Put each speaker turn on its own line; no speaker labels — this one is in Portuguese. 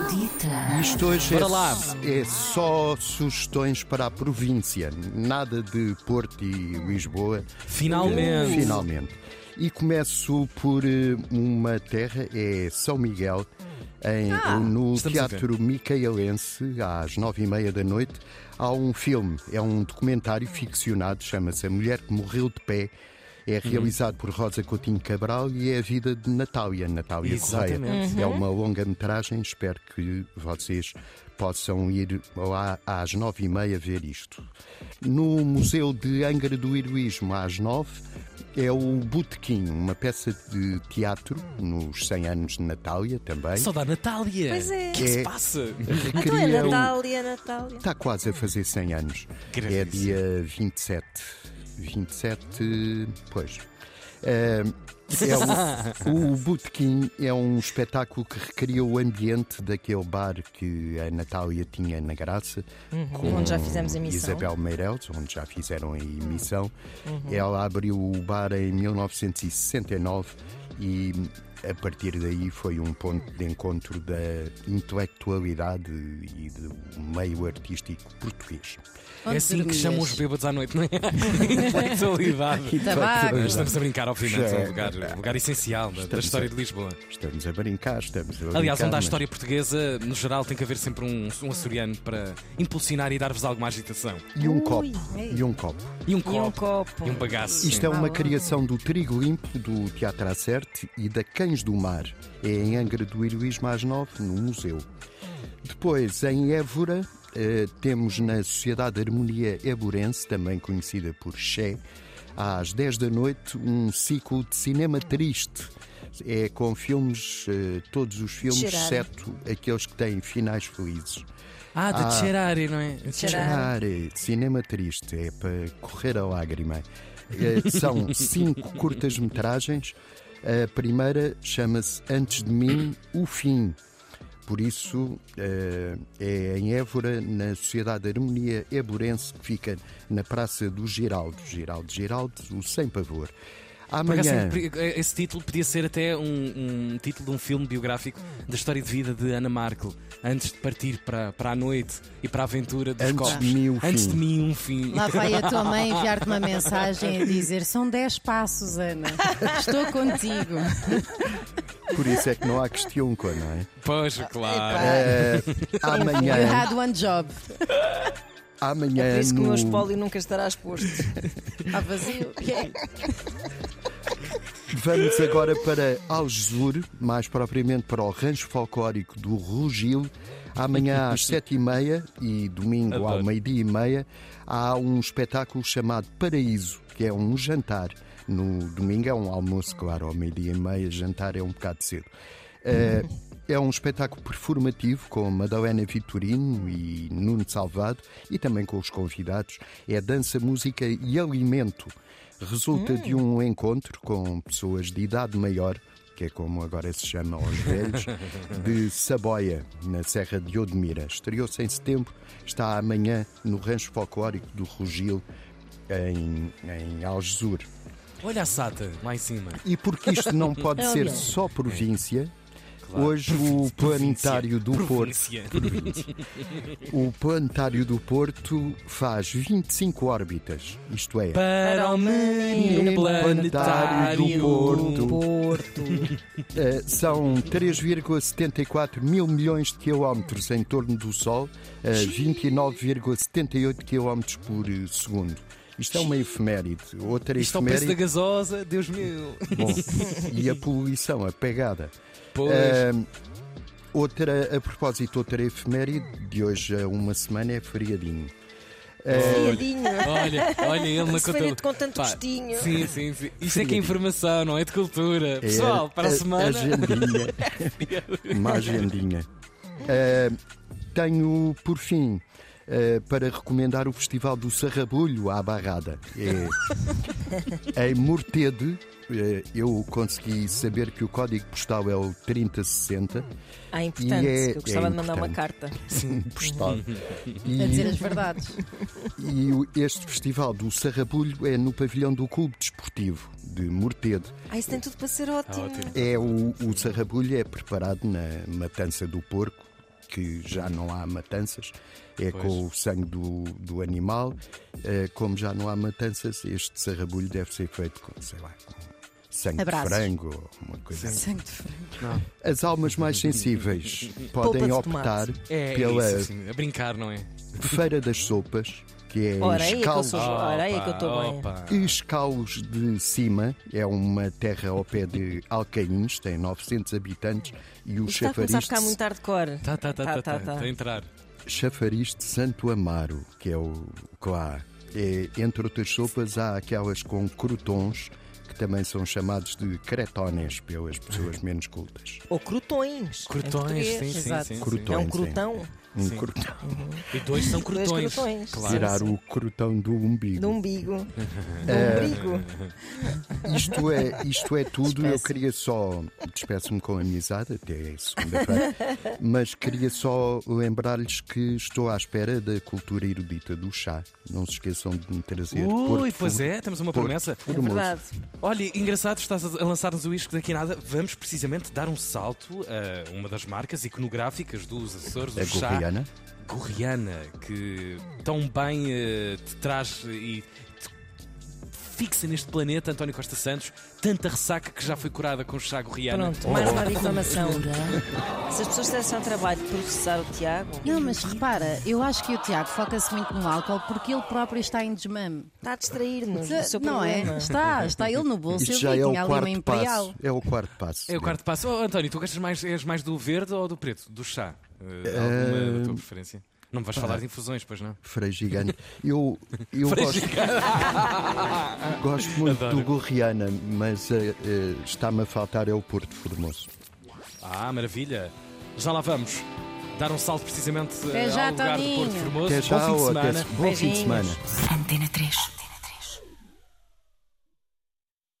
E Isto hoje é,
Bora lá.
é só sugestões para a província, nada de Porto e Lisboa.
Finalmente.
Eh, Finalmente. E começo por eh, uma terra, é São Miguel, em- eh, no
Estamos a ver.
Teatro Micaelense, às nove e meia da noite. Há um filme, é um documentário ficcionado, chama-se A Mulher que Morreu de Pé. É
Uhum.
realizado por Rosa Coutinho Cabral e é a vida de Natália, Natália
Exatamente.
Uhum.
Correia. É uma longa-metragem, espero que vocês possam ir lá às nove e meia ver isto. No Museu de Angra do Heroísmo, às nove, é o Botequim, uma peça de teatro, nos 100 anos de Natália também.
Só da Natália.
Pois é.
O que é que se
É.
passa?
Então é
Recria um-
Natália, Natália.
Está quase a fazer 100 anos.
Gravíssimo.
É dia 27. 27. Pois. Ah, é um- o Botequim é um espetáculo que recria o ambiente daquele bar que a Natália tinha na Graça, com
Onde já fizemos emissão.
Isabel Meireles, onde já fizeram a emissão. Ela abriu o bar em 1969 e a partir daí foi um ponto de encontro da intelectualidade e do meio artístico português.
É assim que
dormias?
chamam os bêbados à noite, não é? Intelectualidade.
Tabaco.
Estamos a brincar, obviamente,
Já.
é um lugar, um lugar essencial da, da história de Lisboa.
Estamos a brincar, estamos a
Aliás,
brincar,
onde há
mas-
história portuguesa, no geral, tem que haver sempre um, um açoriano para impulsionar e dar-vos alguma agitação.
E um
Ui,
copo,
ei.
e um copo.
E um
E um
copo.
copo.
E um bagaço.
Isto é uma criação do Trigo Limpo, do Teatro Acerte e da Cães do Mar. É em Angra do Heroísmo às nove, no museu. Depois, em Évora, eh, temos na Sociedade de Harmonia Éborense, também conhecida por Xé, às 10 da noite, um ciclo de cinema triste. É com filmes, eh, todos os filmes,
Cheirar.
exceto aqueles que têm finais felizes.
Ah, de Cherari, não é?
Cheirari.
Cheirar, é cinema triste, é para correr a lágrima. Eh, São cinco curtas-metragens. A primeira chama-se Antes de Mim, O Fim. Por isso, eh, é em Évora, na Sociedade de Harmonia Éborense, que fica na Praça do Giraldo. Giraldo, Giraldo, o Sem Pavor.
Por acaso,
é
eh,
Amanhã.
esse título podia ser até um, um título de um filme biográfico da história de vida de Ana Markel, antes de partir para, para a noite e para a aventura dos
Antes
copos.
de mim, o
antes
fim.
de mim, um fim.
Lá vai a tua mãe enviar-te uma mensagem a dizer: são 10 passos, Ana. Estou contigo.
Por isso é que não há questão, não é?
Pois, claro.
Ah, é,
Eh,
You
amanhã,
had one job.
Por
amanhã
é isso que o meu
no,
espólio nunca estará exposto.
Está vazio. é
Vamos agora para Algesur, mais propriamente para o rancho folclórico do Rugil. Amanhã às sete e meia e domingo ao meio-dia e meia há um espetáculo chamado Paraíso, que é um jantar. No domingo é um almoço, claro, ao meio-dia e meia, jantar é um bocado cedo. Eh, é um espetáculo performativo com Madalena Vitorino e Nuno Salvado e também com os convidados. É dança, música e alimento. Resulta de um encontro com pessoas de idade maior, que é como agora se chama aos velhos, de Saboia, na Serra de Odmira. Estreou-se em setembro, está amanhã no Rancho Folclórico do Rugil, em, em Algesur.
Olha a Sata lá em cima.
E porque isto não pode
É
ser
óbvio.
só província, hoje o Planetário do
É. Província.
Porto, o Planetário do Porto faz 25 órbitas, isto é,
Para o menino planetário
planetário do Porto.
Porto.
eh, são 3,74 mil milhões de quilómetros em torno do Sol, eh, a 29,78 quilómetros por eh, segundo. Isto é uma efeméride. Outra
Isto é o preço da
efeméride.
gasosa, Deus meu.
Bom, e a poluição, a pegada.
Pois.
Ahm, outra, a propósito, outra efeméride de hoje a uma semana é feriadinho.
Fiadinho.
Olha, olha ele na
Se faria com tanto
Pá,
gostinho.
Sim, sim, sim. Isto é que é informação, não é de cultura. Pessoal,
É
para a, semana.
Agendinha. uma agendinha. Ahm, tenho, por fim, ah, para recomendar o Festival do Sarrabulho à Barrada. É, em Mortede, eh, eu consegui saber que o código postal é o 3060.
Ah, importante.
E é-
eu gostava
é
de mandar uma
importante.
carta.
Postal. E-
A dizer as verdades.
E o- este festival do Sarrabulho é no pavilhão do Clube Desportivo de Mortede.
Ah, isso tem tudo para ser ótimo.
ótimo.
É o, o Sarrabulho é preparado na matança do porco, que já não há matanças, é
Pois.
com o sangue do, do animal. Eh, como já não há matanças, este sarrabulho deve ser feito com, sei lá, com sangue
Abraços.
de frango ou uma coisa assim.
Sangue de frango.
As almas mais sensíveis
Polpa
podem
de
optar
tomate.
É
pela
isso, assim, a brincar, não é?
feira das sopas, que é
Ora, aí é que eu
escalos,
sou. Ora, aí é que eu estou bem.
Opa.
Escalos de Cima é uma terra ao pé de Alcaíns, tem 900 habitantes e o
Isto está a começar a ficar
chafariz
muito hardcore.
Tá, tá, tá, tá,
Tá,
tá,
tá,
tá.
tá.
a entrar.
chafariz de Santo Amaro, que é o Coá. É, entre outras sopas, há aquelas com crotons, que também são chamados de cretones pelas pessoas menos cultas.
Ou crotões. em
Crotões,
português.
sim, sim,
exato.
sim.
Crotões,
É um
sim.
crotão
Um
Sim.
crotão.
E dois são
Dois
crotões.
crotões.
Claro.
Tirar o crotão do umbigo.
de umbigo. De umbigo.
Isto é, isto é tudo. Eu
Despeço.
queria só. Despeço-me com amizade até segunda-feira. mas queria só lembrar-lhes que estou à espera da cultura erudita do chá. Não se esqueçam de me trazer.
Ui,
Porto
pois é, temos uma
Porto
promessa.
É
Formoso.
verdade.
Olha, engraçado, estás a lançar-nos o isco daqui a nada. Vamos precisamente dar um salto a uma das marcas iconográficas dos Açores,
A
o chá
Gorriana.
Gorriana, que tão bem eh, te traz e te fixa neste planeta, António Costa Santos, tanta ressaca que já foi curada com chá Gorriana.
Pronto, mais uma difamação. Se as pessoas tivessem ao trabalho de processar o Tiago.
Não, mas repara, eu acho que o Tiago foca-se muito no álcool porque ele próprio está em desmame.
Está a distrair-nos do seu
Não
problema.
é? Está, está ele no bolso.
Isto
eu
já
vi,
é o
tinha ali uma
quarto
imperial.
passo. É o quarto passo.
É o quarto passo. Oh, António, tu gostas mais, és mais do verde ou do preto? Do chá? Eh, alguma da tua preferência? Não me vais falar de infusões, pois não?
Frei gigante. Eu, eu
Frei
gosto, gosto muito
Adoro.
do Gorriana, mas eh, eh, está-me a faltar é o Porto Formoso.
Ah, maravilha. Já lá vamos. Dar um salto precisamente
Até
eh,
já,
ao lugar do
Toninho.
Porto Formoso.
Até já,
Bom fim de
ou até
semana.
se- bom fim de
Beijinhos.
semana.
Antena 3.